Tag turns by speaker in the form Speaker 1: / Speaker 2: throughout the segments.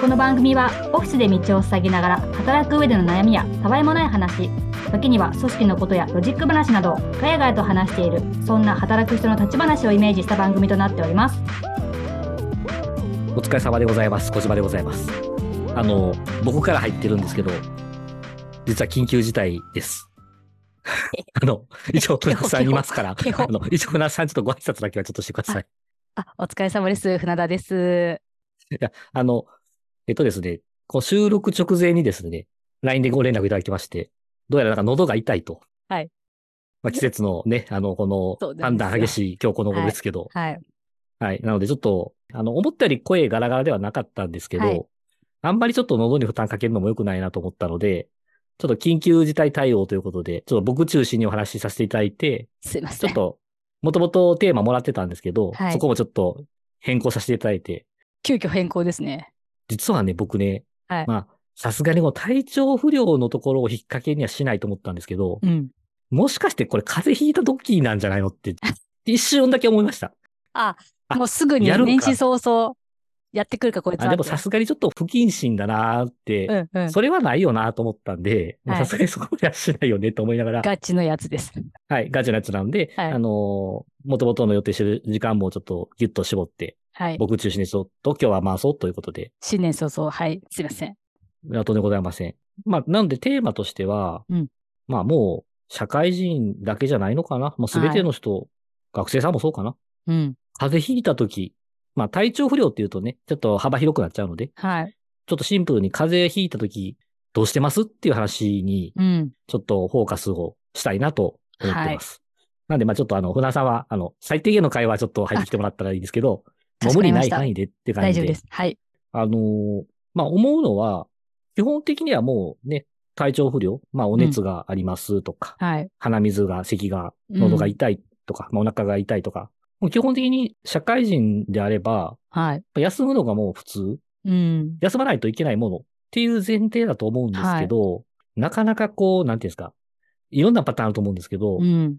Speaker 1: この番組はオフィスで道を塞ぎながら働く上での悩みやたわいもない話時には組織のことやロジック話などをガヤガヤと話しているそんな働く人の立ち話をイメージした番組となっております
Speaker 2: お疲れ様でございます。小島でございます。あの、僕から入ってるんですけど、実は緊急事態 です。あの、一応、船津さんいますから、
Speaker 3: 基
Speaker 2: あ
Speaker 3: 本
Speaker 2: の一応、船津さんちょっとご挨拶だけはちょっとしてください。
Speaker 3: あ、お疲れ様です。船田です。
Speaker 2: あの、えっとですね、こう収録直前にですね、LINE でご連絡いただきまして、どうやらなんか喉が痛いと。
Speaker 3: はい。
Speaker 2: まあ、季節のね、あの、こ
Speaker 3: そうなんで
Speaker 2: の
Speaker 3: すよ
Speaker 2: 判断激しい今日この頃ですけど、
Speaker 3: はい。
Speaker 2: はい。なので、ちょっと、あの、思ったより声ガラガラではなかったんですけど、
Speaker 3: はい
Speaker 2: あんまりちょっと喉に負担かけるのも良くないなと思ったので、ちょっと緊急事態対応ということで、ちょっと僕中心にお話しさせていただいて、
Speaker 3: すいま
Speaker 2: ち
Speaker 3: せ
Speaker 2: ょっ
Speaker 3: ん。
Speaker 2: と、もともとテーマもらってたんですけど、
Speaker 3: はい
Speaker 2: そこもちょっと変更させていただいて、
Speaker 3: 急遽変更ですね。
Speaker 2: 実はね、僕ね、
Speaker 3: はい
Speaker 2: まあ、さすがにこう体調不良のところを引っ掛けにはしないと思ったんですけど、
Speaker 3: うん。
Speaker 2: もしかしてこれ風邪ひいた時なんじゃないの って、一瞬だけ思いました。あ
Speaker 3: もうすぐに
Speaker 2: やるんか
Speaker 3: 年始早々やってくるか、こいつは
Speaker 2: あでもさすがにちょっと不謹慎だなーって、
Speaker 3: うんうん。
Speaker 2: それはないよなと思ったんで、まあ
Speaker 3: はい
Speaker 2: さすがにそこまではしないよねと思いながら、
Speaker 3: ガチのやつです。
Speaker 2: はい、ガチなやつなんで、
Speaker 3: はい
Speaker 2: あのー、元々の予定してる時間もちょっとギュッと絞って、
Speaker 3: はい。
Speaker 2: 僕中心にちょっと今日は回そうということで、
Speaker 3: 新年早々。はい。すいません。
Speaker 2: あとんでございません。まあ、なんでテーマとしては、
Speaker 3: うん
Speaker 2: まあもう、社会人だけじゃないのかな。もう全ての人、学生さんもそうかな。
Speaker 3: うん。
Speaker 2: 風邪ひいた時、まあ体調不良っていうとね、ちょっと幅広くなっちゃうので、
Speaker 3: はい。
Speaker 2: ちょっとシンプルに風邪ひいた時、どうしてますっていう話に
Speaker 3: うん。
Speaker 2: ちょっとフォーカスをしたいなと思ってます。なんで、まあちょっとあの、船さんは、あの、最低限の会話はちょっと入ってきてもらったらいいんですけど、もう無理ない範
Speaker 3: 囲。
Speaker 2: 囲でって感
Speaker 3: 大
Speaker 2: じ
Speaker 3: 丈夫で
Speaker 2: で。
Speaker 3: す。はい。
Speaker 2: あのーまあ思うのは、基本的にはもうね、体調不良、まあお熱がありますとか、
Speaker 3: はい。
Speaker 2: 鼻水が、咳が、
Speaker 3: うん
Speaker 2: 喉が痛いとか、まあお腹が痛いとか、もう基本的に社会人であれば、
Speaker 3: はい。
Speaker 2: 休むのがもう普通、
Speaker 3: うん。
Speaker 2: 休まないといけないものっていう前提だと思うんですけど、なかなかこう、なんていうんですか、いろんなパターンあると思うんですけど、
Speaker 3: うん。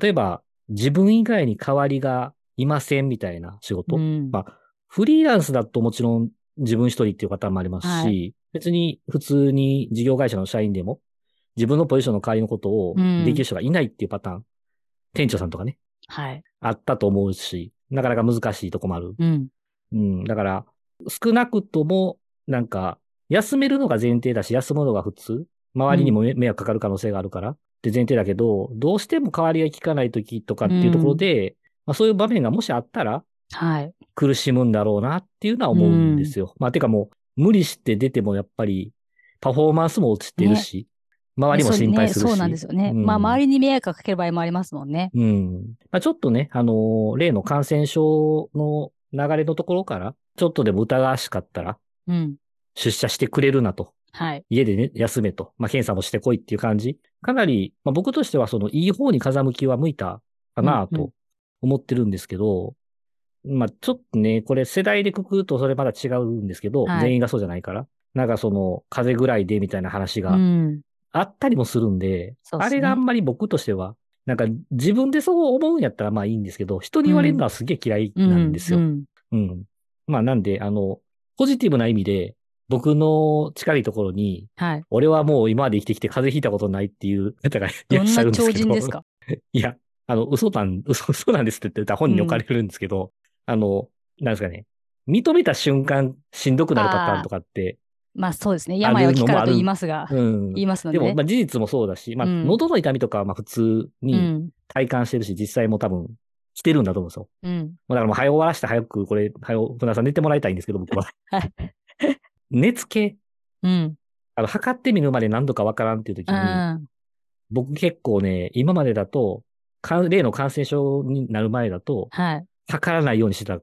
Speaker 2: 例えば自分以外に代わりがいませんみたいな仕事、
Speaker 3: うん
Speaker 2: まあ、フリーランスだともちろん自分一人っていう方もありますし、
Speaker 3: は
Speaker 2: 別に普通に事業会社の社員でも自分のポジションの代わりのことを
Speaker 3: うん
Speaker 2: できる人がいないっていうパターン、店長さんとかね、
Speaker 3: はい。
Speaker 2: あったと思うし、なかなか難しいとこもある。
Speaker 3: うん。
Speaker 2: うん、だから少なくともなんか休めるのが前提だし、休むのが普通。周りにもめ迷惑かかる可能性があるからって前提だけど、どうしても代わりが効かない時とかっていうところで、まあ、そういう場面がもしあったら、
Speaker 3: はい。
Speaker 2: 苦しむんだろうなっていうのは思うんですよ。まあ、てかもう、無理して出てもやっぱり、パフォーマンスも落ちてるし、周りも心配するし。
Speaker 3: ねそうなんですよね。
Speaker 2: うん
Speaker 3: まあ、周りに迷惑がかける場合もありますもんね。
Speaker 2: うん。まあ、ちょっとね、あのー例の感染症の流れのところから、ちょっとでも疑わしかったら、
Speaker 3: うん。
Speaker 2: 出社してくれるなと。
Speaker 3: はい。
Speaker 2: 家でね、休めと。まあ、検査もしてこいっていう感じ。かなり、まあ、僕としてはその、いい方に風向きは向いたかな
Speaker 3: うんう
Speaker 2: と思ってるんですけど、まあ、ちょっとね、これ世代でくくるとそれまだ違うんですけど、
Speaker 3: はい
Speaker 2: 全員がそうじゃないから。なんかその、風邪ぐらいでみたいな話
Speaker 3: う
Speaker 2: が
Speaker 3: ん。
Speaker 2: あったりもするんで、
Speaker 3: そうで
Speaker 2: あ
Speaker 3: すね
Speaker 2: れがあんまり僕としては、なんか自分でそう思うんやったらまあいいんですけど、人に言われるのはすげえ嫌いなんですよ。
Speaker 3: ううん
Speaker 2: うん。まあなんで、あの、ポジティブな意味で、僕の近いところに、
Speaker 3: はい。
Speaker 2: 俺はもう今まで生きてきて風邪ひいたことないっていう方がい
Speaker 3: ど
Speaker 2: らっ
Speaker 3: ん
Speaker 2: しゃ
Speaker 3: な
Speaker 2: る
Speaker 3: ん
Speaker 2: です
Speaker 3: 超
Speaker 2: けど。
Speaker 3: 人ですか
Speaker 2: いや、あの、嘘なん、 嘘、嘘なんですって言ってた本に置かれるんですけど、あの、なんですかね。認めた瞬間、しんどくなるパターンとかって、
Speaker 3: まあそうですね。病は気からと言いますが、
Speaker 2: うん。
Speaker 3: 言
Speaker 2: で
Speaker 3: いますのでね。
Speaker 2: も、まあ、事実もそうだし、まあ、
Speaker 3: うん
Speaker 2: 喉の痛みとかはまあ普通
Speaker 3: う
Speaker 2: に
Speaker 3: ん。
Speaker 2: 体感してるし、実際も多分してるんだと思うんですよ。
Speaker 3: うん。
Speaker 2: もうだからもう早終わらして早く、これ、早う、船さん寝てもらいたいんですけど、僕は。
Speaker 3: はい。
Speaker 2: 寝つけ、
Speaker 3: うん。
Speaker 2: あの、測ってみるまで何度かわからんっていう時
Speaker 3: う
Speaker 2: に、
Speaker 3: ん。
Speaker 2: 僕結構ね、今までだと、か例の感染症になる前だと、
Speaker 3: はい。
Speaker 2: 測らないようにしてた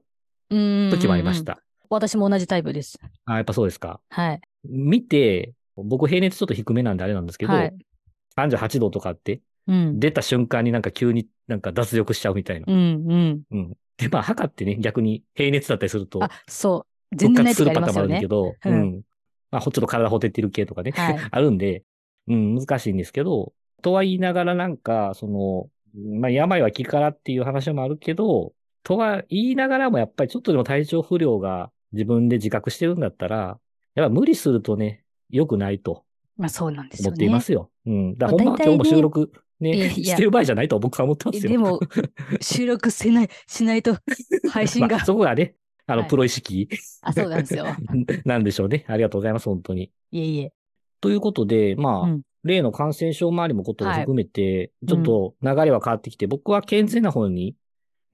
Speaker 3: うん。
Speaker 2: 時もありまし
Speaker 3: うん。
Speaker 2: た。
Speaker 3: 私も同じタイプです。
Speaker 2: あ、やっぱそうですか。
Speaker 3: はい。
Speaker 2: 見て、僕平熱ちょっと低めなんであれなんですけど、
Speaker 3: はい。
Speaker 2: 38度とかあって、
Speaker 3: うん。
Speaker 2: 出た瞬間になんか急になんか脱力しちゃうみたいな。
Speaker 3: うん。うん。
Speaker 2: うん。で、まあ測ってね、逆に平熱だったりすると
Speaker 3: あ、、そう。全然
Speaker 2: 復
Speaker 3: ない
Speaker 2: 活す
Speaker 3: 時
Speaker 2: る
Speaker 3: あり
Speaker 2: パ
Speaker 3: ま
Speaker 2: ターン
Speaker 3: す
Speaker 2: もあ
Speaker 3: よ
Speaker 2: るんだ
Speaker 3: ね
Speaker 2: け。ど、
Speaker 3: う
Speaker 2: うんん。まあ、ほちょっと体ほてってる系とかね、
Speaker 3: はい
Speaker 2: あるんで、うん、難しいんですけど、とは言いながらなんか、その、まあ、病は気からっていう話もあるけど、とは言いながらもやっぱりちょっとでも体調不良が自分で自覚してるんだったら、やっぱ無理するとね、良くないと
Speaker 3: まあそうなんです
Speaker 2: 思
Speaker 3: よ
Speaker 2: っていま
Speaker 3: ね。
Speaker 2: すよ。うん。だからほんまは
Speaker 3: まあ
Speaker 2: 今日
Speaker 3: 大体ね
Speaker 2: も収録ね、
Speaker 3: いやいや
Speaker 2: してる場合じゃないと僕は思ってま
Speaker 3: え
Speaker 2: すよ。
Speaker 3: でも、収録せない、しない と配信
Speaker 2: ま
Speaker 3: が
Speaker 2: あ、。そこがね、あの、
Speaker 3: はい
Speaker 2: プロ意識
Speaker 3: あ、そうなんですよ。
Speaker 2: なんでしょうね。ありがとうございます、本当に。
Speaker 3: いえいえ。
Speaker 2: ということで、まあ、
Speaker 3: うん
Speaker 2: 例の感染症周りもことを
Speaker 3: はい
Speaker 2: 含めて、ちょっと流れは変わってきて、僕は健全な方に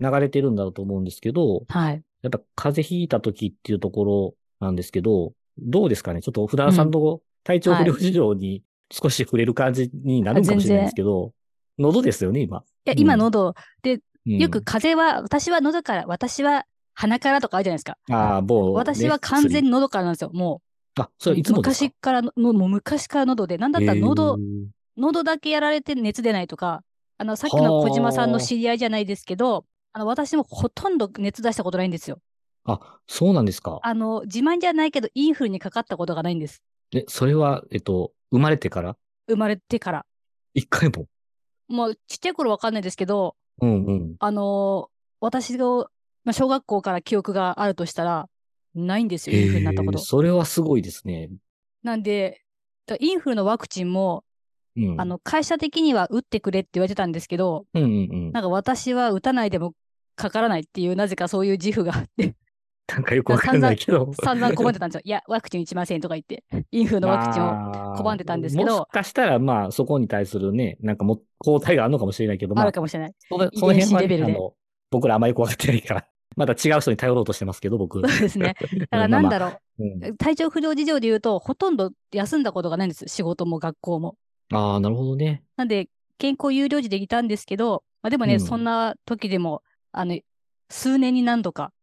Speaker 2: 流れてるんだろうと思うんですけど、
Speaker 3: はい。
Speaker 2: やっぱ風邪ひいた時っていうところなんですけど、どうですかねちょっと普段さんの体調不良事情に少し触れる感じになるんかもしれないですけど、喉ですよね、今。
Speaker 3: いや、
Speaker 2: う
Speaker 3: 今
Speaker 2: ん
Speaker 3: 喉、
Speaker 2: うん
Speaker 3: よく風邪は、私は喉から、私は鼻からとかあるじゃないですか。
Speaker 2: ああ、もうね、
Speaker 3: 私は完全
Speaker 2: に。
Speaker 3: に喉からなんですよ。も、
Speaker 2: あ、そうれいつもですか
Speaker 3: 昔からの、もう昔から喉で、なんだったら喉、
Speaker 2: へー
Speaker 3: 喉だけやられて熱出ないとか、あの、さっきの小島さんの知り合いじゃないですけど、あの、私もほとんど熱出したことないんですよ。
Speaker 2: あ、そうなんですか。
Speaker 3: あの、自慢じゃないけど、インフルにかかったことがないんです。
Speaker 2: え、それは、えっと、生まれてから
Speaker 3: 生まれてから。
Speaker 2: 一回も。
Speaker 3: もう、ちっちゃい頃わかんないですけど、
Speaker 2: うんうん。
Speaker 3: あの、私が、まあ、小学校から記憶があるとしたら、ないんですよ、インフルになったこと
Speaker 2: へー。それはすごいですね。
Speaker 3: なんで、だインフルのワクチンも、
Speaker 2: うん。
Speaker 3: あ、の、会社的には打ってくれって言われてたんですけど、
Speaker 2: うんうんうん。
Speaker 3: なんか私は打たないでもかからないっていう、なぜかそういう自負があ って、
Speaker 2: なんかよくわかんないけど。
Speaker 3: 散々拒んでたんですよ。いや、ワクチン打ちませんとか言って、インフルのワクチンを。
Speaker 2: を
Speaker 3: 拒んでたんですけど
Speaker 2: もしかしたら、まあ、そこに対するね、なんかも、抗体があるのかもしれないけど、
Speaker 3: あ
Speaker 2: まあ
Speaker 3: る、かもしれない。
Speaker 2: そのその辺はね、
Speaker 3: 遺伝子レベルで
Speaker 2: あの、僕らあまり怖がってないから、 まだ違う人に頼ろうとしてますけ ど、僕。
Speaker 3: そうですね。
Speaker 2: だ
Speaker 3: だからなんだろう、
Speaker 2: うん
Speaker 3: 体調不良事情で言うと、ほとんど休んだことがないんです。仕事も学校も。
Speaker 2: ああ、なるほどね。
Speaker 3: なんで、健康有料児でいたんですけど、まあ、でもね、
Speaker 2: うん
Speaker 3: そんな時でも、あの、数年に何度か、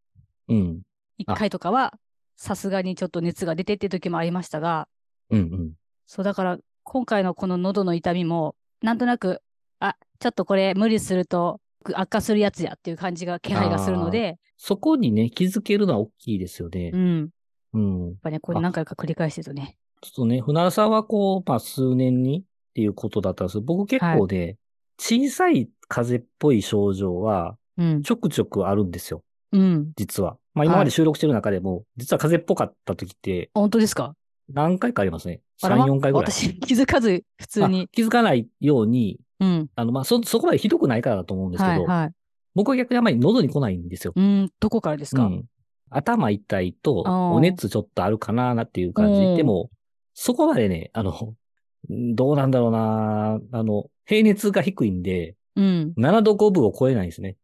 Speaker 2: うん。
Speaker 3: 一回とかは、さすがにちょっと熱が出てっていう時もありましたが、
Speaker 2: うんうん。
Speaker 3: そう、だから、今回のこの喉の痛みも、なんとなく、あ、ちょっとこれ無理すると悪化するやつやっていう感じが、気配がするので、
Speaker 2: そこにね、気づけるのは大きいですよね
Speaker 3: う。ん。やっ
Speaker 2: うん。
Speaker 3: ぱね、これ
Speaker 2: あ
Speaker 3: 何回か繰り返してるとね。
Speaker 2: ちょっとね、船田さんはこう、まあ数年にっていうことだったんですけど、僕結構ね、小さい風邪っぽい症状は
Speaker 3: うん。
Speaker 2: ちょくちょくあるんですよ、
Speaker 3: うん。
Speaker 2: 実は。まあ今ま
Speaker 3: は
Speaker 2: で
Speaker 3: い
Speaker 2: 収録してる中でも、実は風邪っぽかった時って
Speaker 3: 本当ですか
Speaker 2: 何回かありますね。
Speaker 3: あらま
Speaker 2: 3、4回ぐらい。
Speaker 3: 私、気づかず、普通
Speaker 2: まあ
Speaker 3: に。
Speaker 2: 気づかないように、
Speaker 3: うん。
Speaker 2: あの、まあそ、そこまでひどくないからだと思うんですけど、
Speaker 3: はいはい。
Speaker 2: 僕は逆にあまり喉に来ないんですよ。
Speaker 3: うん、どこからです
Speaker 2: う
Speaker 3: か、
Speaker 2: ん、頭痛いと、
Speaker 3: あー
Speaker 2: お熱ちょっとあるかなーなっていう感じ
Speaker 3: う
Speaker 2: で、
Speaker 3: ん
Speaker 2: でも、そこまでね、あの、うんどうなんだろうなーあの、平熱が低いんで、
Speaker 3: うん。
Speaker 2: 7度5分を超えないんですね。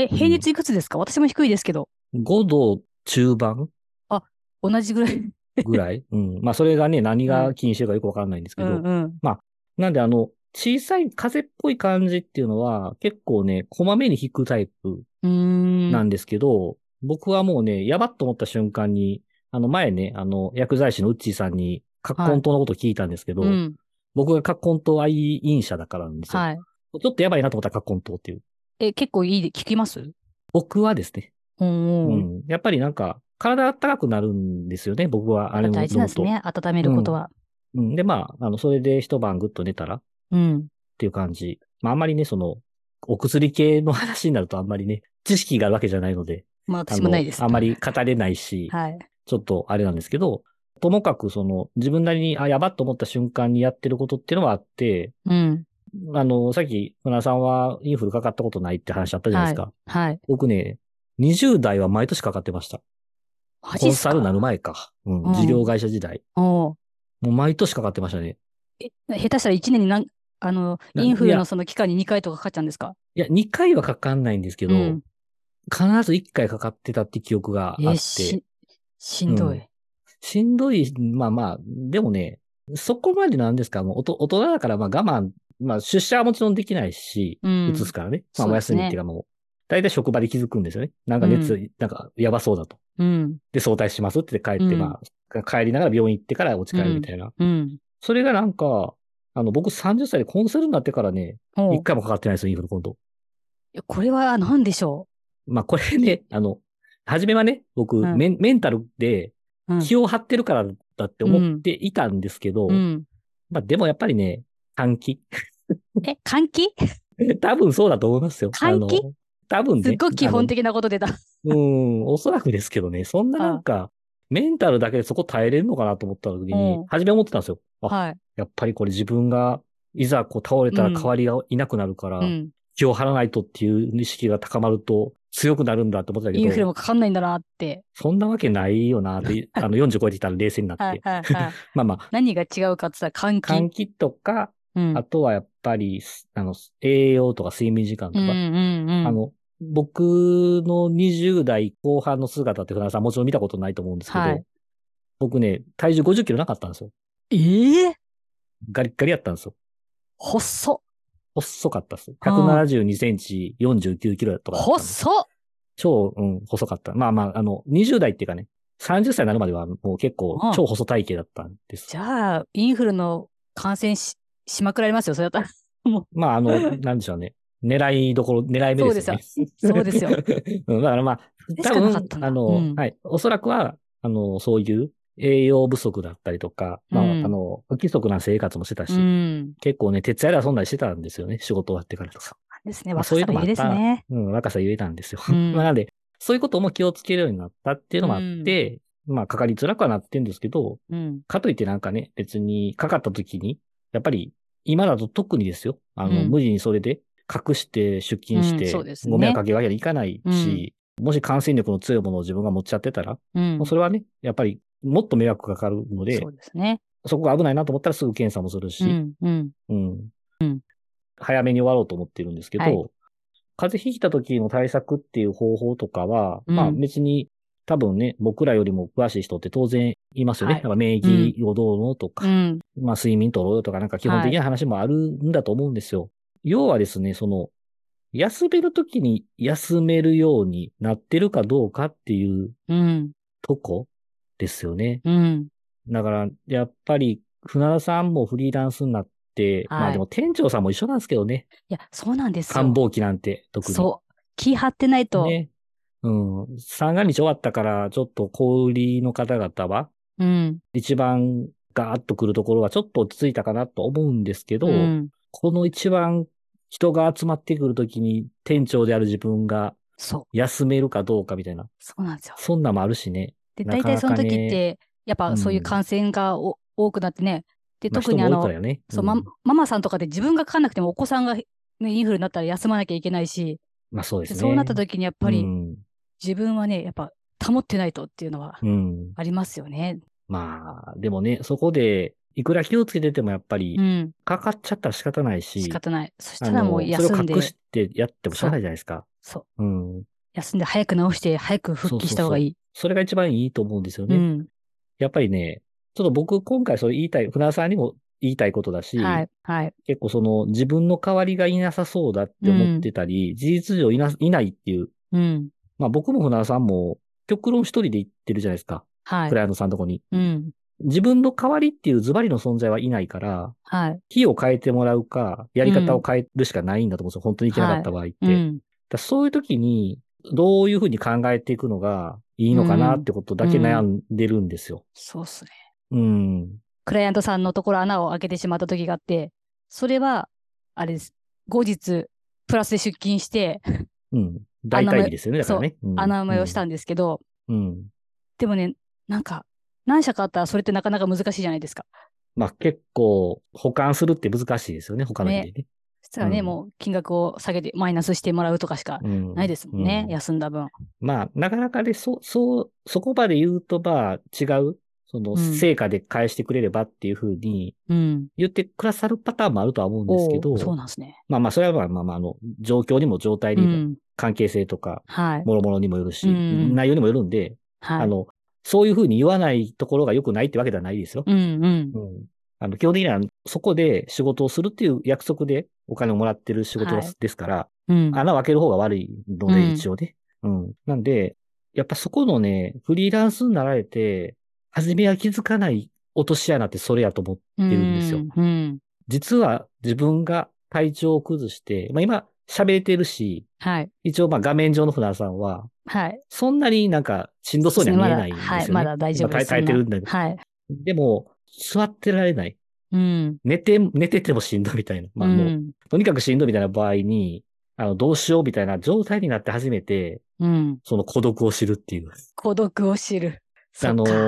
Speaker 3: え、平熱いくつですか私も低いですけど、
Speaker 2: 5度中盤
Speaker 3: 同じぐらい。
Speaker 2: ぐ らいうん。まあ、それがね、何が気にしてるかよくわからないんです け
Speaker 3: う
Speaker 2: ど、
Speaker 3: んうん。
Speaker 2: なんであの、小さい風邪っぽい感じっていうのは、結構ね、こまめに引くタイプ
Speaker 3: うーん。
Speaker 2: なんですけど、僕はもうね、やばっと思った瞬間に、あの前ね、あの、薬剤師のウッチーさんに、葛根糖のこと聞いたんですけど、
Speaker 3: うん。
Speaker 2: 僕が葛根糖愛飲者だからなんですよ。
Speaker 3: はい。
Speaker 2: ちょっとやばいなと思ったら葛根糖っていう。
Speaker 3: え、結構いいで、聞きます
Speaker 2: 僕はですね、
Speaker 3: うん
Speaker 2: う
Speaker 3: うん。
Speaker 2: ん。やっぱりなんか、体あったかくなるんですよね、僕は。あれも
Speaker 3: 大事なんです。ね。温めることは。
Speaker 2: 飲むとうん。で、まあ、あの、それで一晩ぐっと寝たらっ
Speaker 3: うん。
Speaker 2: ていう感じ。まあ、あんまりね、その、お薬系の話になるとあんまりね、知識があるわけじゃないので、
Speaker 3: まあ
Speaker 2: あ
Speaker 3: 私も
Speaker 2: の
Speaker 3: ないです。
Speaker 2: あんまり語れないし、
Speaker 3: はい。
Speaker 2: ちょっとあれなんですけど、ともかくその自分なりに、あ、やばっと思った瞬間にやってることっていうのはあって、
Speaker 3: うん。
Speaker 2: あの、さっき船田さんはインフルかかったことないって話あったじゃないですか。
Speaker 3: はい。
Speaker 2: 僕ね、20代は毎年かかってました。
Speaker 3: マ
Speaker 2: コ
Speaker 3: ジっ
Speaker 2: ン
Speaker 3: すか
Speaker 2: サルなる前か。うん
Speaker 3: うん。
Speaker 2: 事業会社時代。
Speaker 3: おう
Speaker 2: もう毎年かかってましたね。
Speaker 3: え、下手したら1年になんあの、
Speaker 2: な
Speaker 3: インフル
Speaker 2: い
Speaker 3: の
Speaker 2: や
Speaker 3: その期間に2回とかかかっちゃうんですか
Speaker 2: いや、2回はかかんないんですけ
Speaker 3: う
Speaker 2: ど、
Speaker 3: ん。
Speaker 2: 必ず1回かかってたって記憶があって。
Speaker 3: え、し、しんど
Speaker 2: うん
Speaker 3: い。
Speaker 2: しんどい、まあまあ、でもね、そこまでなんですか、もうおと大人だからまあ我慢、まあ出社はもちろんできないし、
Speaker 3: うん
Speaker 2: うつすからね。
Speaker 3: そ
Speaker 2: まあ
Speaker 3: う
Speaker 2: お
Speaker 3: で
Speaker 2: 休
Speaker 3: す
Speaker 2: み
Speaker 3: ね
Speaker 2: っていうかもう、大体職場で気づくんですよね。なんか熱、
Speaker 3: う
Speaker 2: なんかやばそうだと。
Speaker 3: うん。
Speaker 2: で、早退しますって帰って、
Speaker 3: うん
Speaker 2: まあ、帰りながら病院行ってから落ち帰るみたいな。
Speaker 3: うん。
Speaker 2: それがなんか、あの、僕30歳でコンサルになってからね、
Speaker 3: おう
Speaker 2: 一回もかかってないですよ、インフル今度。
Speaker 3: いやこれは何でしょ
Speaker 2: まあこれね、あの、初めはね、僕、
Speaker 3: うん
Speaker 2: メンメンタルで
Speaker 3: う。うん。
Speaker 2: 気を張ってるからだって思っていたんですけど、
Speaker 3: うん。
Speaker 2: まあでもやっぱりね、換気。
Speaker 3: え、換気
Speaker 2: 多分そうだと思いますよ。
Speaker 3: 換気
Speaker 2: あの多分ね。
Speaker 3: すっごく基本
Speaker 2: 的。
Speaker 3: 的なこと出た。
Speaker 2: うん、おそらくです けどね、そんななんか、メンタルだけでそこ耐えれるのかなと思った時
Speaker 3: う
Speaker 2: に
Speaker 3: ん、
Speaker 2: 初め思ってたんですよ。あ
Speaker 3: はい。
Speaker 2: やっぱりこれ自分が、いざこう倒れたら代わりがいなくなるから
Speaker 3: う、ん。
Speaker 2: 気を張らないとっていう意識が高まると強くなるんだって思ってた
Speaker 3: イン
Speaker 2: け
Speaker 3: フレ
Speaker 2: ど、
Speaker 3: もかかんないんだなって。
Speaker 2: そんなわけないよ なって、あの40超えてきたら冷静になっ
Speaker 3: はい
Speaker 2: て。
Speaker 3: はい はい。
Speaker 2: まあまあ、
Speaker 3: 何が違うかって言ったら換
Speaker 2: 換
Speaker 3: 気。
Speaker 2: 気とか、
Speaker 3: うん。
Speaker 2: あとはやっぱり、あの、栄養とか睡眠時間と
Speaker 3: うんう
Speaker 2: か、
Speaker 3: んうん。
Speaker 2: あの、僕の20代後半の姿って船田さんもちろん見たことないと思うんですけど、
Speaker 3: はい
Speaker 2: 僕ね、体重50キロなかったんですよ。
Speaker 3: ええ
Speaker 2: ガリッガリやったんですよ。
Speaker 3: 細っ
Speaker 2: 細かったです。172センチ、49キロとかだったんです。
Speaker 3: 細っ
Speaker 2: 超、うん、細かった。まあまあ、あの、20代っていうかね、30歳になるまではもう結構
Speaker 3: うん
Speaker 2: 超細体型だったんです。
Speaker 3: じゃあ、インフルの感染し、しまくられますよ、それだったら。
Speaker 2: まあ、あ の、なんでしょうね。狙いどころ、狙い目ですよね。
Speaker 3: そうですよ。
Speaker 2: うんだからまあ、
Speaker 3: し
Speaker 2: 多
Speaker 3: かなか
Speaker 2: 分
Speaker 3: ったん、だ
Speaker 2: あの、
Speaker 3: うん
Speaker 2: はい。おそらくは、あの、そういう栄養不足だったりとか、まあ、
Speaker 3: うん
Speaker 2: あの、不規則な生活もしてたし、
Speaker 3: うん。
Speaker 2: 結構ね、徹夜で遊んだりしてたんですよね。仕事終わってからとか。
Speaker 3: ですね、
Speaker 2: まあ
Speaker 3: 若さがいいです
Speaker 2: そういうの
Speaker 3: ね。
Speaker 2: うん、若さ言えたんですよ。
Speaker 3: うん
Speaker 2: まあなんで、そういうことも気をつけるようになったっていうのもあって、まあ、かかりづらくはなってんですけど、
Speaker 3: うん。
Speaker 2: かといってなんかね、別にかかった時に、やっぱり今だと特にですよ。あの、
Speaker 3: うん
Speaker 2: 無理にそれで隠して出勤し
Speaker 3: うん
Speaker 2: て
Speaker 3: そうです、ね
Speaker 2: ご迷惑かけるわけにはいかないし、もし感染力の強いものを自分が持っちゃってたら、
Speaker 3: うん
Speaker 2: もう。それはね、やっぱりもっと迷惑かかるので
Speaker 3: そ、うですね。
Speaker 2: そこが危ないなと思ったらすぐ検査もする
Speaker 3: う
Speaker 2: し、
Speaker 3: ん。うん。
Speaker 2: うん。
Speaker 3: うん
Speaker 2: 早めに終わろうと思ってるんですけど、
Speaker 3: はい
Speaker 2: 風邪ひいた時の対策っていう方法とかは、
Speaker 3: うん
Speaker 2: まあ別に多分ね、僕らよりも詳しい人って当然いますよね。
Speaker 3: はい
Speaker 2: やっぱ免疫をどうのとか、
Speaker 3: うん。
Speaker 2: まあ睡眠取ろうよとかなんか基本的な話もあるんだと思うんですよ。要はですね、その、休める時に休めるようになってるかどうかっていう
Speaker 3: うん。
Speaker 2: とこですよね。
Speaker 3: うん。
Speaker 2: だから、やっぱり、船田さんもフリーランスになって、ま
Speaker 3: は
Speaker 2: あ
Speaker 3: い
Speaker 2: でも店長さんも一緒なんですけどね。
Speaker 3: いや、そうなんですよ。
Speaker 2: 繁忙期なんて、特に。
Speaker 3: そう。気張ってないと。
Speaker 2: ね。うん。三が日終わったから、ちょっと小売りの方々は、
Speaker 3: うん。
Speaker 2: 一番ガーッと来るところはちょっと落ち着いたかなと思うんですけど、
Speaker 3: うん。
Speaker 2: この一番人が集まってくるときに店長である自分が
Speaker 3: そう。
Speaker 2: 休めるかどうかみたいな、
Speaker 3: そうなんですよ。
Speaker 2: そんなんもあるしね。
Speaker 3: で、
Speaker 2: なか
Speaker 3: 大体
Speaker 2: なか
Speaker 3: その時っ
Speaker 2: ね
Speaker 3: て、やっぱそういう感染がお多くなってね。で、
Speaker 2: まあ
Speaker 3: 特にあ
Speaker 2: 人
Speaker 3: の
Speaker 2: も多いか、らね、
Speaker 3: そう、
Speaker 2: ん
Speaker 3: ま、ママさんとかで自分がかかんなくてもお子さんが、ね、インフルになったら休まなきゃいけないし、
Speaker 2: まあそうですね。
Speaker 3: そうなった時にやっぱ
Speaker 2: う
Speaker 3: り
Speaker 2: ん
Speaker 3: 自分はね、やっぱ保ってないとっていうのは
Speaker 2: うん。
Speaker 3: ありますよね。
Speaker 2: まあ、でもね、そこで、いくら気をつけててもやっぱり
Speaker 3: う、ん。
Speaker 2: かかっちゃったら仕方ないし、
Speaker 3: 仕方ない。そし
Speaker 2: あ
Speaker 3: たらも
Speaker 2: の
Speaker 3: う
Speaker 2: そ
Speaker 3: 休ん
Speaker 2: れ
Speaker 3: で
Speaker 2: を隠、してやってもしゃあないじゃないですか。
Speaker 3: そう、
Speaker 2: うん。
Speaker 3: 休んで早く治して早く復帰した方がいい。
Speaker 2: それが一番いいと思うんですよ
Speaker 3: う
Speaker 2: ね。
Speaker 3: ん。
Speaker 2: やっぱりね、ちょっと僕今回それ言いたい、船田さんにも言いたいことだし、
Speaker 3: はい。はい。
Speaker 2: 結構その自分の代わりがいなさそうだって思ってたり、事実上いないないっていう、
Speaker 3: うん。
Speaker 2: まあ僕も船田さんも極論一人で行ってるじゃないですか。
Speaker 3: はい
Speaker 2: ク。ライアントさんのとこに。
Speaker 3: うん。
Speaker 2: 自分の代わりっていうズバリの存在はいないから、
Speaker 3: はい。
Speaker 2: 日を変えてもらうか、やり方を変えるしかないんだと思うんですよ。本当にいけなかった場合って。
Speaker 3: う
Speaker 2: だか
Speaker 3: ん。
Speaker 2: らそういう時に、どういうふうに考えていくのがいいのかなってことだけ悩んでるんですよ。
Speaker 3: そうっすね。
Speaker 2: うん。
Speaker 3: クライアントさんのところ穴を開けてしまった時があって、それは、あれです。後日、プラスで出勤して、
Speaker 2: うん。大体義ですよね、だからね。うん
Speaker 3: 穴埋めをしたんですけど、
Speaker 2: うん。
Speaker 3: でもね、なんか、何社かあったらそれってなかなか難しいじゃないですか。
Speaker 2: まあ結構、保管するって難しいですよね、他の日でね。
Speaker 3: そしたらね、
Speaker 2: うん
Speaker 3: もう金額を下げてマイナスしてもらうとかしか
Speaker 2: うん
Speaker 3: ないですもんね、
Speaker 2: うん
Speaker 3: 休んだ分。
Speaker 2: まあ、なかなかで、そう、そう、そこまで言うと、まあ、違う、その、
Speaker 3: うん
Speaker 2: 成果で返してくれればっていうふうに
Speaker 3: うん。
Speaker 2: 言ってくださるパターンもあるとは思うんですけ
Speaker 3: お
Speaker 2: ど、
Speaker 3: ーそうなんですね。
Speaker 2: まあまあ、それはまあまあまあ、あの、状況にも状態
Speaker 3: う
Speaker 2: にも、
Speaker 3: ん。
Speaker 2: 関係性とか、
Speaker 3: はい。
Speaker 2: 諸々にもよるし、
Speaker 3: うん
Speaker 2: 内容にもよるんで、
Speaker 3: は
Speaker 2: あ
Speaker 3: い。
Speaker 2: の、そういうふうに言わないところが良くないってわけではないですよ。
Speaker 3: うんうん。
Speaker 2: うんあの基本的には、そこで仕事をするっていう約束でお金をもらってる仕事
Speaker 3: はい
Speaker 2: ですから、
Speaker 3: うん。
Speaker 2: 穴を開ける方が悪いの
Speaker 3: うん
Speaker 2: で、一応ね。うん。なんで、やっぱそこのね、フリーランスになられて、初めは気づかない落とし穴ってそれやと思う。
Speaker 3: うん
Speaker 2: てるんですよ
Speaker 3: うん。
Speaker 2: 実は自分が体調を崩して、まあ今喋れてるし、
Speaker 3: はい。
Speaker 2: 一応まあ画面上の船田さんは、
Speaker 3: はい。
Speaker 2: そんなになんかしんどそうには見えないんですよね。
Speaker 3: はい。まだ大丈夫
Speaker 2: まあ
Speaker 3: で
Speaker 2: 耐
Speaker 3: す。
Speaker 2: え耐えてるんだけど。
Speaker 3: はい。
Speaker 2: でも、座ってられない。
Speaker 3: うん。
Speaker 2: 寝て、寝ててもしんどいみたいな。まあもう、
Speaker 3: うん
Speaker 2: とにかくしんどいみたいな場合に、あの、どうしようみたいな状態になって初めて、
Speaker 3: うん。
Speaker 2: その孤独を知るっていう。
Speaker 3: 孤独を知る。
Speaker 2: あの
Speaker 3: そっか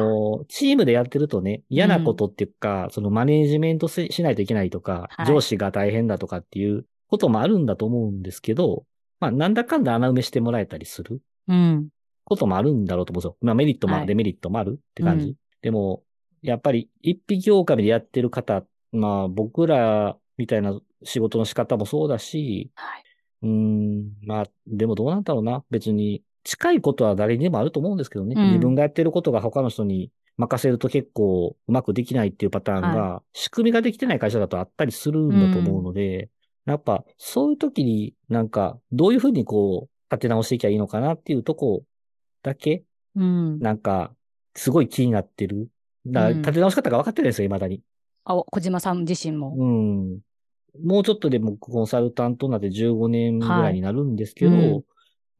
Speaker 2: ー、チームでやってるとね、嫌なことっていうか、そのマネージメントせしないといけないとか、
Speaker 3: はい
Speaker 2: 上司が大変だとかっていうこともあるんだと思うんですけど、まあ、なんだかんだ穴埋めしてもらえたりする
Speaker 3: うん。
Speaker 2: こともあるんだろうと思うんですよ。まあ、メリットも、
Speaker 3: はい
Speaker 2: デメリットもあるって感じ。
Speaker 3: うん
Speaker 2: でも、やっぱり一匹狼でやってる方、まあ、僕らみたいな仕事の仕方もそうだし、
Speaker 3: はい。
Speaker 2: うーん、まあ、でもどうなんだろうな。別に、近いことは誰にでもあると思うんですけどね。
Speaker 3: うん
Speaker 2: 自分がやってることが他の人に任せると結構うまくできないっていうパターンが、仕組みができてない会社だとあったりするんだと思うので、やっぱ、そういう時になんか、どういうふうにこう、立て直していきゃいいのかなっていうとこだけ、
Speaker 3: うん。
Speaker 2: なんか、すごい気になってる。だから
Speaker 3: うん
Speaker 2: 立て直し方が分かってないんですよ、未だに。
Speaker 3: あ、お小島さん自身も。
Speaker 2: うん。もうちょっとで僕コンサルタントになって15年ぐらいになるんですけど、
Speaker 3: はいうん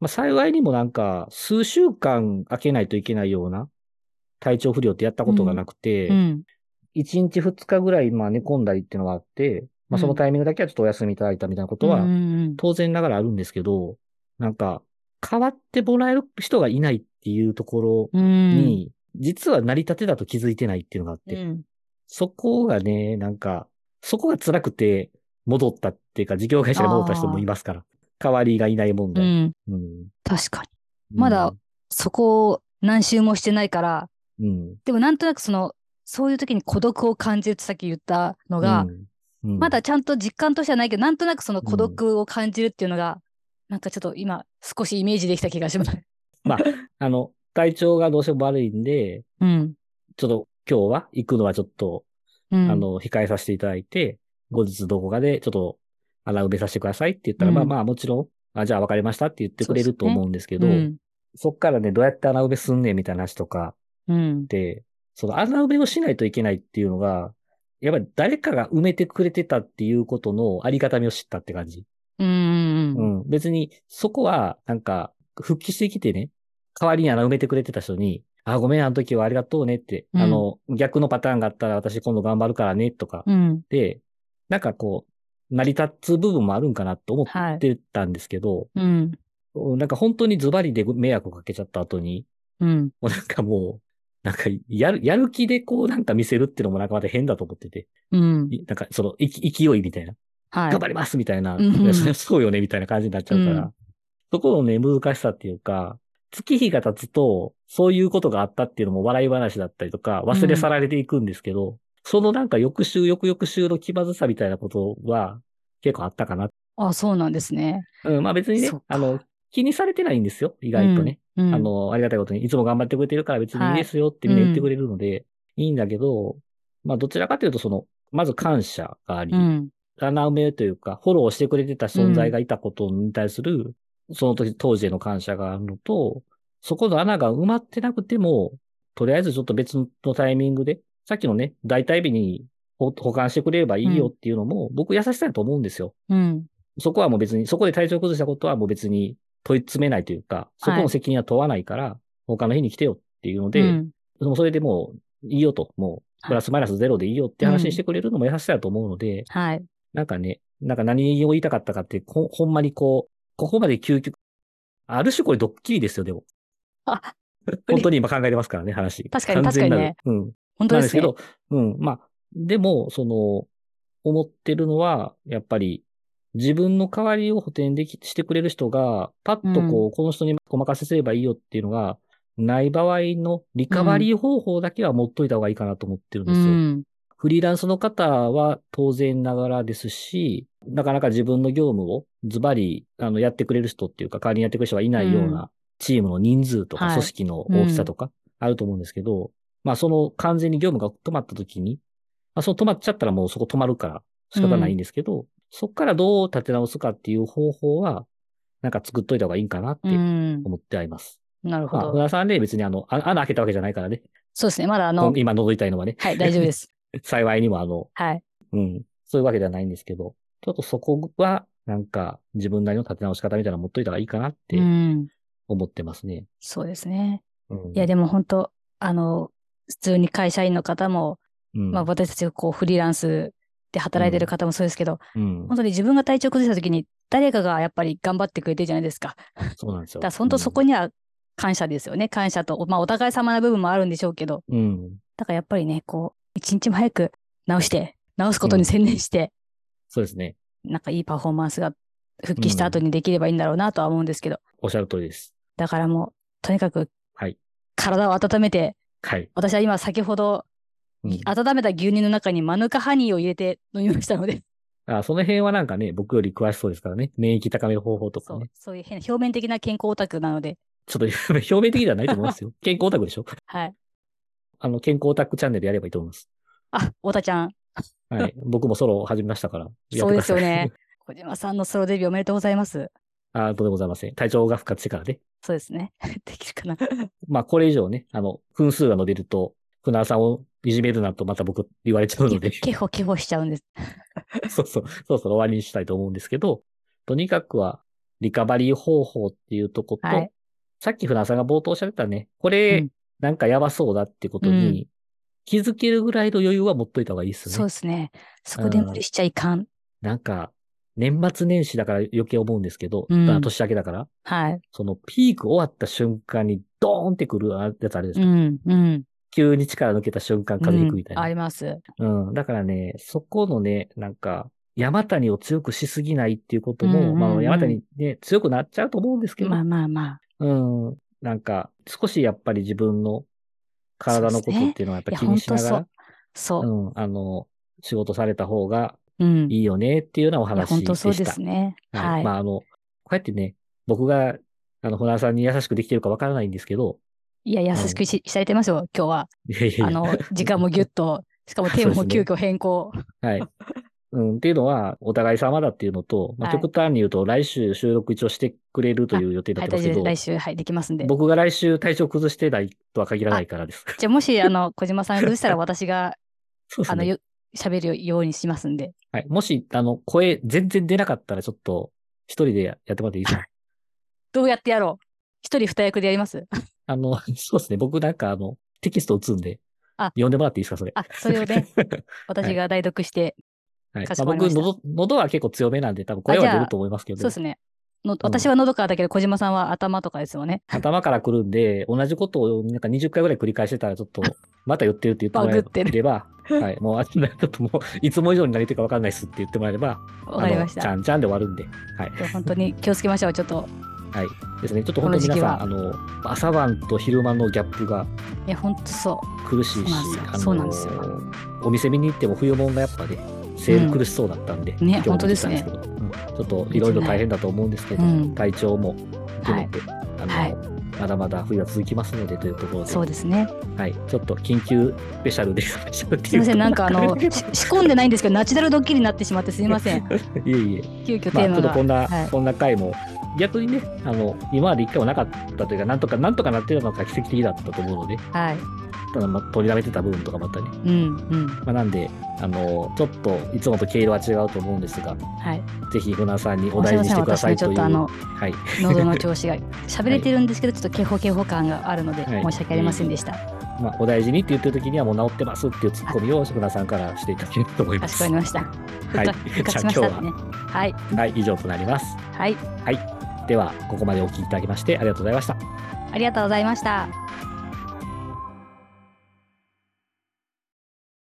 Speaker 2: まあ幸いにもなんか数週間空けないといけないような体調不良ってやったことがなくて、
Speaker 3: うん。
Speaker 2: 1日2日ぐらいまあ寝込んだりっていうのはあって、まあそのタイミングだけはちょっとお休みいただいたみたいなこと
Speaker 3: うんう
Speaker 2: は
Speaker 3: ん
Speaker 2: 当然ながらあるんですけど、なんか変わってもらえる人がいないっていうところ
Speaker 3: うん、うん。
Speaker 2: に、実は成り立てだと気づいてないっていうのがあって、
Speaker 3: うん
Speaker 2: そこがね、なんか、そこが辛くて戻ったっていうか、事業会社に戻った人もいますから。代わりがいない問
Speaker 3: う
Speaker 2: 題。
Speaker 3: ん。
Speaker 2: うん。
Speaker 3: 確かに。まだ、そこを何周もしてないから、
Speaker 2: うん。
Speaker 3: でもなんとなくその、そういう時に孤独を感じるってさっき言ったのが、
Speaker 2: うん、
Speaker 3: まだちゃんと実感としてはないけど、なんとなくその孤独を感じるっていうのが、なんかちょっと今、少しイメージできた気がします。
Speaker 2: あの、体調がどうしても悪いんで、
Speaker 3: うん。
Speaker 2: ちょっと今日は行くのはちょっと、
Speaker 3: うん、
Speaker 2: あの、控えさせていただいて、後日どこかでちょっと穴埋めさせてくださいって言ったら、
Speaker 3: うん
Speaker 2: まあまあもちろん、あじゃあ分かりましたって言ってくれると思うんですけ
Speaker 3: う
Speaker 2: ど、そ,、
Speaker 3: ん、
Speaker 2: っからね、どうやって穴埋めすんねんみたいな話とか、
Speaker 3: うん
Speaker 2: っ。て、その穴埋めをしないといけないっていうのが、やっぱり誰かが埋めてくれてたっていうことのありがたみを知ったって感じ。
Speaker 3: うん。う
Speaker 2: う
Speaker 3: ん
Speaker 2: ん。別に、そこは、なんか、復帰してきてね、代わりに穴埋めてくれてた人に、あ、ごめん、あの時はありがとうねって、
Speaker 3: うん
Speaker 2: あの、逆のパターンがあったら私今度頑張るからね、とか、
Speaker 3: うん。
Speaker 2: で、なんかこう、成り立つ部分もあるんかなと思
Speaker 3: はい
Speaker 2: っ。てたんですけど、
Speaker 3: うん。
Speaker 2: うんなんか本当にズバリで迷惑をかけちゃった後に、
Speaker 3: うん。
Speaker 2: もうなんかもう、なんか、やる、やる気でこうなんか見せるっていうのもなんかまた変だと思ってて、
Speaker 3: うん。
Speaker 2: いなんかその、いき勢いみたいな、
Speaker 3: はい
Speaker 2: 頑。張りますみたいな、
Speaker 3: うんうん
Speaker 2: いやそれはそうよねみたいな感じになっちゃうから、
Speaker 3: うん
Speaker 2: そこのね、難しさっていうか、月日が経つと、そういうことがあったっていうのも笑い話だったりとか、忘れ去られていくんですけど、そのなんか翌週、翌々週の気まずさみたいなことは結構あったかな。
Speaker 3: あ、そうなんですね。
Speaker 2: うん、まあ別にね
Speaker 3: そっか、
Speaker 2: あの、気にされてないんですよ、意外とね。
Speaker 3: うん。
Speaker 2: あの、ありがたいことに、いつも頑張ってくれてるから別にいい
Speaker 3: はい
Speaker 2: ですよってみんな言ってくれるので、いいんだけど、まあどちらかというとその、まず感謝があり、
Speaker 3: うん。
Speaker 2: 穴埋めというか、フォローしてくれてた存在がいたことに対する、その時、当時への感謝があるのと、そこの穴が埋まってなくても、とりあえずちょっと別のタイミングで、さっきのね、代替日に保保管してくれればいいよっていうのも、僕優しさだと思うんですよ。
Speaker 3: うん。
Speaker 2: そこはもう別に、そこで体調崩したことはもう別に問い詰めないというか、そこの責任は問わないから、他の日に来てよっていうので、
Speaker 3: うん、
Speaker 2: もうそれでもういいよと、もうプラスマイナスゼロでいいよって話にしてくれるのも優しさだと思うので、
Speaker 3: はい。
Speaker 2: なんかね、なんか何を言いたかったかって、ほほんまにこう、ここまで究極、ある種これドッキリですよ、でも。
Speaker 3: あ、
Speaker 2: 本当に今考えてますからね、話。
Speaker 3: 確かに
Speaker 2: 完全なる
Speaker 3: 確。
Speaker 2: うん。
Speaker 3: 本当
Speaker 2: なん
Speaker 3: で
Speaker 2: です
Speaker 3: す
Speaker 2: け
Speaker 3: ね。
Speaker 2: ど、うん。まあ、でも、その、思ってるのは、やっぱり、自分の代わりを補填でき、してくれる人が、パッとこう、この人にお任せすればいいよっていうのが、ない場合のリカバリー方法だけは持っといた方がいいかなと思ってるん
Speaker 3: う
Speaker 2: ですよ。
Speaker 3: ん。
Speaker 2: フリーランスの方は当然ながらですし、なかなか自分の業務をズバリあのやってくれる人っていうか、代わりにやってくれる人はいないよう
Speaker 3: う
Speaker 2: なチームの人数とか、
Speaker 3: はい
Speaker 2: 組織の大きさとかあると思うんですけど、まあその完全に業務が止まった時に、まあその止まっちゃったらもうそこ止まるから仕方ないんですけど、そこからどう立て直すかっていう方法は、なんか作っといた方がいいんかなって
Speaker 3: うん。
Speaker 2: 思ってあります。
Speaker 3: なるほ
Speaker 2: まあ、
Speaker 3: ど。
Speaker 2: 村さんね、別にあの、あ穴開けたわけじゃないからね。
Speaker 3: そうですね。まだあの、
Speaker 2: 今覗いたいのはね、
Speaker 3: はい、大丈夫です。
Speaker 2: 幸いにもあの、
Speaker 3: はい。
Speaker 2: うん。そういうわけではないんですけど、ちょっとそこは、なんか、自分なりの立て直し方みたいなの持っといた方がいいかなって
Speaker 3: うん。
Speaker 2: 思ってますね。
Speaker 3: そうですね。
Speaker 2: う
Speaker 3: い
Speaker 2: ん。
Speaker 3: や、でも本当あの、普通に会社員の方も、
Speaker 2: うん、
Speaker 3: まあ私たちがこうフリーランスて働いてる方もそうですけど、
Speaker 2: うん。
Speaker 3: 本当に自分が体調崩した時に誰かがやっぱり頑張ってくれてるじゃないですか。
Speaker 2: そうなんですよ。
Speaker 3: だから本当そこには感謝ですよね。感謝と、まあお互い様な部分もあるんでしょうけど、
Speaker 2: うん。うん。
Speaker 3: だからやっぱりね、こう、一日も早く直して、直すことに専念して、
Speaker 2: そうですね。
Speaker 3: なんかいいパフォーマンスが復帰した後にできればいいんだろうなとは思うんですけど、
Speaker 2: おっしゃる通りです。
Speaker 3: だからもう、とにかく
Speaker 2: はい、
Speaker 3: 体を温めて、
Speaker 2: はい。
Speaker 3: 私は今先ほど
Speaker 2: うん
Speaker 3: 温めた牛乳の中にマヌカハニーを入れて飲みましたので、
Speaker 2: あその辺はなんかね、僕より詳しそうですからね。免疫高める方法とか
Speaker 3: そう
Speaker 2: ね。
Speaker 3: そういう変な表面的な健康オタクなので、
Speaker 2: ちょっと 表面的ではないと思 いますよ。健康オタクでしょ
Speaker 3: はい。
Speaker 2: あの、健康オタクチャンネルやればいいと思います。
Speaker 3: あ、太田ちゃん、
Speaker 2: はい。僕もソロを始めましたから。やっ
Speaker 3: そう
Speaker 2: てく
Speaker 3: で
Speaker 2: だ
Speaker 3: す
Speaker 2: さ
Speaker 3: よ
Speaker 2: い
Speaker 3: ね。。小島さんのソロデビューおめでとうございます。
Speaker 2: あとうでございません。体調が復活してからね。
Speaker 3: そうですね。 できるかな。
Speaker 2: まあ、これ以上ね、あの、分数が伸びると、船尾さんをいじめるなとまた僕言われちゃうので、
Speaker 3: けほけほしちゃうんです。
Speaker 2: そうそう、そうそう終わりにしたいと思うんですけど、とにかくは、リカバリー方法っていうとこと、
Speaker 3: はい
Speaker 2: さっき船尾さんが冒頭おっしゃってたね、これ、
Speaker 3: うん
Speaker 2: なんかやばそうだってこと
Speaker 3: うん
Speaker 2: に、気づけるぐらいの余裕は持っといた方がいいですよね。
Speaker 3: そうですね。そこで無理しちゃいかん。
Speaker 2: なんか、年末年始だから余計思うんですけど、
Speaker 3: うん
Speaker 2: まあ年明けだから、
Speaker 3: はい。
Speaker 2: そのピーク終わった瞬間にドーンってくるやつあれです
Speaker 3: う
Speaker 2: か、
Speaker 3: ん、うん。
Speaker 2: 急に力抜けた瞬間風邪ひくみた
Speaker 3: う
Speaker 2: い
Speaker 3: んあ
Speaker 2: な、
Speaker 3: ります。
Speaker 2: うん。だからね、そこのね、なんか、山谷を強くしすぎないっていうこと
Speaker 3: うんうん
Speaker 2: も、
Speaker 3: うん
Speaker 2: まあ山谷ね、強くなっちゃうと思うんですけど、
Speaker 3: まあまあまあ。
Speaker 2: うん。なんか、少しやっぱり自分の体のことっていうのはやっぱ気にしなが
Speaker 3: いや
Speaker 2: ら、
Speaker 3: そうう。
Speaker 2: ん、あの、仕事された方が
Speaker 3: うん。い
Speaker 2: いいよねっていうようなお
Speaker 3: や、
Speaker 2: 話で
Speaker 3: 本
Speaker 2: した。
Speaker 3: 当そうですね。
Speaker 2: は。
Speaker 3: はいい。
Speaker 2: まあ、あの、こうやってね、僕が、あの、船田さんに優しくできてるかわからないんですけど、
Speaker 3: いや、優しくし、されてますよ、今日は。
Speaker 2: いやいやいや
Speaker 3: あの、時間もギュッ と、しかもテーマも急遽変更。
Speaker 2: はい。うん、っていうのは、お互い様だっていうのと、まあ、
Speaker 3: はい
Speaker 2: 極端に言うと、来週収録一応してくれるという予定だ
Speaker 3: は
Speaker 2: っ
Speaker 3: い、
Speaker 2: たん
Speaker 3: 大
Speaker 2: です
Speaker 3: 丈
Speaker 2: け
Speaker 3: 夫
Speaker 2: ど、
Speaker 3: です来週、はい、できますんで。
Speaker 2: 僕が来週体調崩してないとは限らないからです。
Speaker 3: じゃあ、もし、あの、小島さんが 崩したら、私が、
Speaker 2: そうです
Speaker 3: あの、
Speaker 2: ね。
Speaker 3: よ喋るようにしますんで。
Speaker 2: はい。もし、あの、声全然出なかったら、ちょっと、一人でやってもらっていいですか
Speaker 3: どうやってやろう一人二役でやります
Speaker 2: あの、 そうですね。僕なんか、あの、テキスト打つんで、
Speaker 3: あ
Speaker 2: 読んでもらっていいですか、それ。
Speaker 3: あ、それを ね、私が代読して、
Speaker 2: はい
Speaker 3: かし
Speaker 2: まあ、
Speaker 3: こまりま
Speaker 2: 僕
Speaker 3: した
Speaker 2: 喉、喉は結構強めなんで、多分声は
Speaker 3: じゃあ
Speaker 2: 出ると思いますけ
Speaker 3: そう
Speaker 2: ど
Speaker 3: で、すね。の私は喉からだけど、小島さんは頭とかですよね。
Speaker 2: 頭からくるんで、同じことをなんか20回ぐらい繰り返してたら、ちょっと、また言ってるって言ってもら
Speaker 3: バグって
Speaker 2: え
Speaker 3: る
Speaker 2: れば、はい、もう、あちょっともう、いつも以上になりてるか分かんないですって言ってもらえれば、
Speaker 3: わかりまし
Speaker 2: あのち
Speaker 3: た。
Speaker 2: ゃんちゃんで終わるんで、はい。
Speaker 3: でも本当に気をつけましょう。ちょっと、
Speaker 2: はい。ですね。ちょっと本当
Speaker 3: この
Speaker 2: に
Speaker 3: 時
Speaker 2: 皆
Speaker 3: 期
Speaker 2: さ
Speaker 3: は
Speaker 2: ん、あの、朝晩と昼間のギャップが
Speaker 3: いや、本当そう。
Speaker 2: 苦しいし、あの
Speaker 3: そうなんですよそうなん
Speaker 2: お店見に行っても冬物がやっぱね、セール苦しそうだったんで、
Speaker 3: んね
Speaker 2: 今日も出てたんけどうんちょっといろいろ大変だと思うんですけど、
Speaker 3: うん
Speaker 2: 体調も含めて、あの、
Speaker 3: はい
Speaker 2: まだまだ冬は続きますのでというところで
Speaker 3: そう、ですね。
Speaker 2: はい、ちょっと緊急スペシャルでスペシャルって
Speaker 3: すいません。なんかあの、
Speaker 2: いえ
Speaker 3: し仕込んでないんですけど、ナチュラルドッキリになってしまってすいません。
Speaker 2: いえ、
Speaker 3: 急遽テ
Speaker 2: ま
Speaker 3: ーマ
Speaker 2: あ、ちょっと
Speaker 3: が。
Speaker 2: こんな、
Speaker 3: はい
Speaker 2: こんな回も、逆にね、あの、今まで一回もなかったというか、なんとか、なんとかなってるのが 奇跡的だったと思うので、
Speaker 3: はい。
Speaker 2: ただ、まあ、取りだめてた部分とかまたね、
Speaker 3: うん、うん。
Speaker 2: まあ、なんで、あの、ちょっと、いつもと毛色は違うと思うんですが、
Speaker 3: はい。
Speaker 2: ぜひ、船さんにお
Speaker 3: すい
Speaker 2: 大事
Speaker 3: ま
Speaker 2: に
Speaker 3: せん。
Speaker 2: してくだ
Speaker 3: 私
Speaker 2: さい
Speaker 3: のち
Speaker 2: と
Speaker 3: ょ
Speaker 2: い
Speaker 3: っ
Speaker 2: う。
Speaker 3: とあの、
Speaker 2: はい。
Speaker 3: 喉の調子が、喋れてるんですけど、ちょっと警報警報感があるので、
Speaker 2: はい
Speaker 3: 申し訳ありませんでした。
Speaker 2: まあ、お大事にって言ってる時にはもう治ってますっていうツッコミを、船さんからしていただけると思いま
Speaker 3: かしこ
Speaker 2: す。
Speaker 3: まりました。
Speaker 2: はい。
Speaker 3: 復活し
Speaker 2: じゃ
Speaker 3: ました
Speaker 2: あ今日は
Speaker 3: ね。はい。
Speaker 2: はい、以上となります。
Speaker 3: はい。
Speaker 2: では、ここまでお聞きいただきまして、ありがとうございました。
Speaker 3: ありがとうございました。